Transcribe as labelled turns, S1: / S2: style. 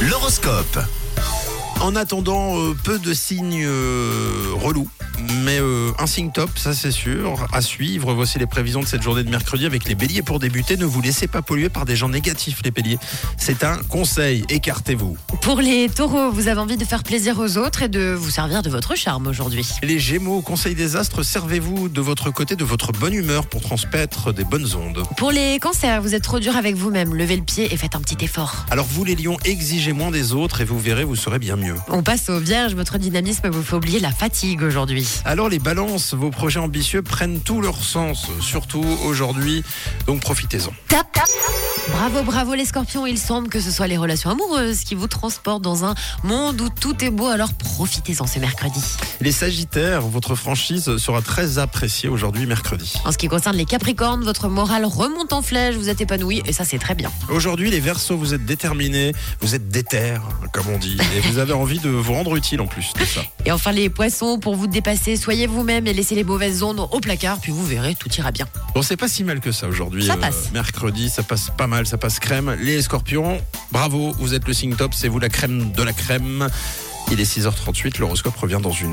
S1: L'horoscope.
S2: En attendant, euh, peu de signes euh, relous, mais euh, un signe top, ça c'est sûr. À suivre, voici les prévisions de cette journée de mercredi avec les béliers pour débuter. Ne vous laissez pas polluer par des gens négatifs, les béliers. C'est un conseil, écartez-vous.
S3: Pour les taureaux, vous avez envie de faire plaisir aux autres et de vous servir de votre charme aujourd'hui.
S2: Les gémeaux, conseil des astres, servez-vous de votre côté de votre bonne humeur pour transmettre des bonnes ondes.
S3: Pour les cancers, vous êtes trop dur avec vous-même, levez le pied et faites un petit effort.
S2: Alors vous les lions, exigez moins des autres et vous verrez, vous serez bien mieux.
S3: On passe aux vierges, votre dynamisme vous fait oublier la fatigue aujourd'hui.
S2: Alors les balances, vos projets ambitieux prennent tout leur sens, surtout aujourd'hui, donc profitez-en.
S3: Tap, tap. Bravo, bravo les scorpions, il semble que ce soit les relations amoureuses qui vous transportent dans un monde où tout est beau, alors profitez-en ce mercredi.
S2: Les Sagittaires, votre franchise sera très appréciée aujourd'hui mercredi.
S3: En ce qui concerne les capricornes, votre morale remonte en flèche, vous êtes épanoui et ça c'est très bien.
S2: Aujourd'hui les Verseaux, vous êtes déterminés, vous êtes déter, comme on dit, et vous avez envie de vous rendre utile en plus de ça.
S3: Et enfin les poissons, pour vous dépasser, soyez vous-même et laissez les mauvaises ondes au placard, puis vous verrez, tout ira bien.
S2: Bon, c'est pas si mal que ça aujourd'hui. euh,
S3: Ça passe.
S2: mercredi, ça passe pas mal, ça passe crème. Les Scorpions, bravo, vous êtes le signe top, c'est vous la crème de la crème. Il est 6h38, l'horoscope revient dans une heure.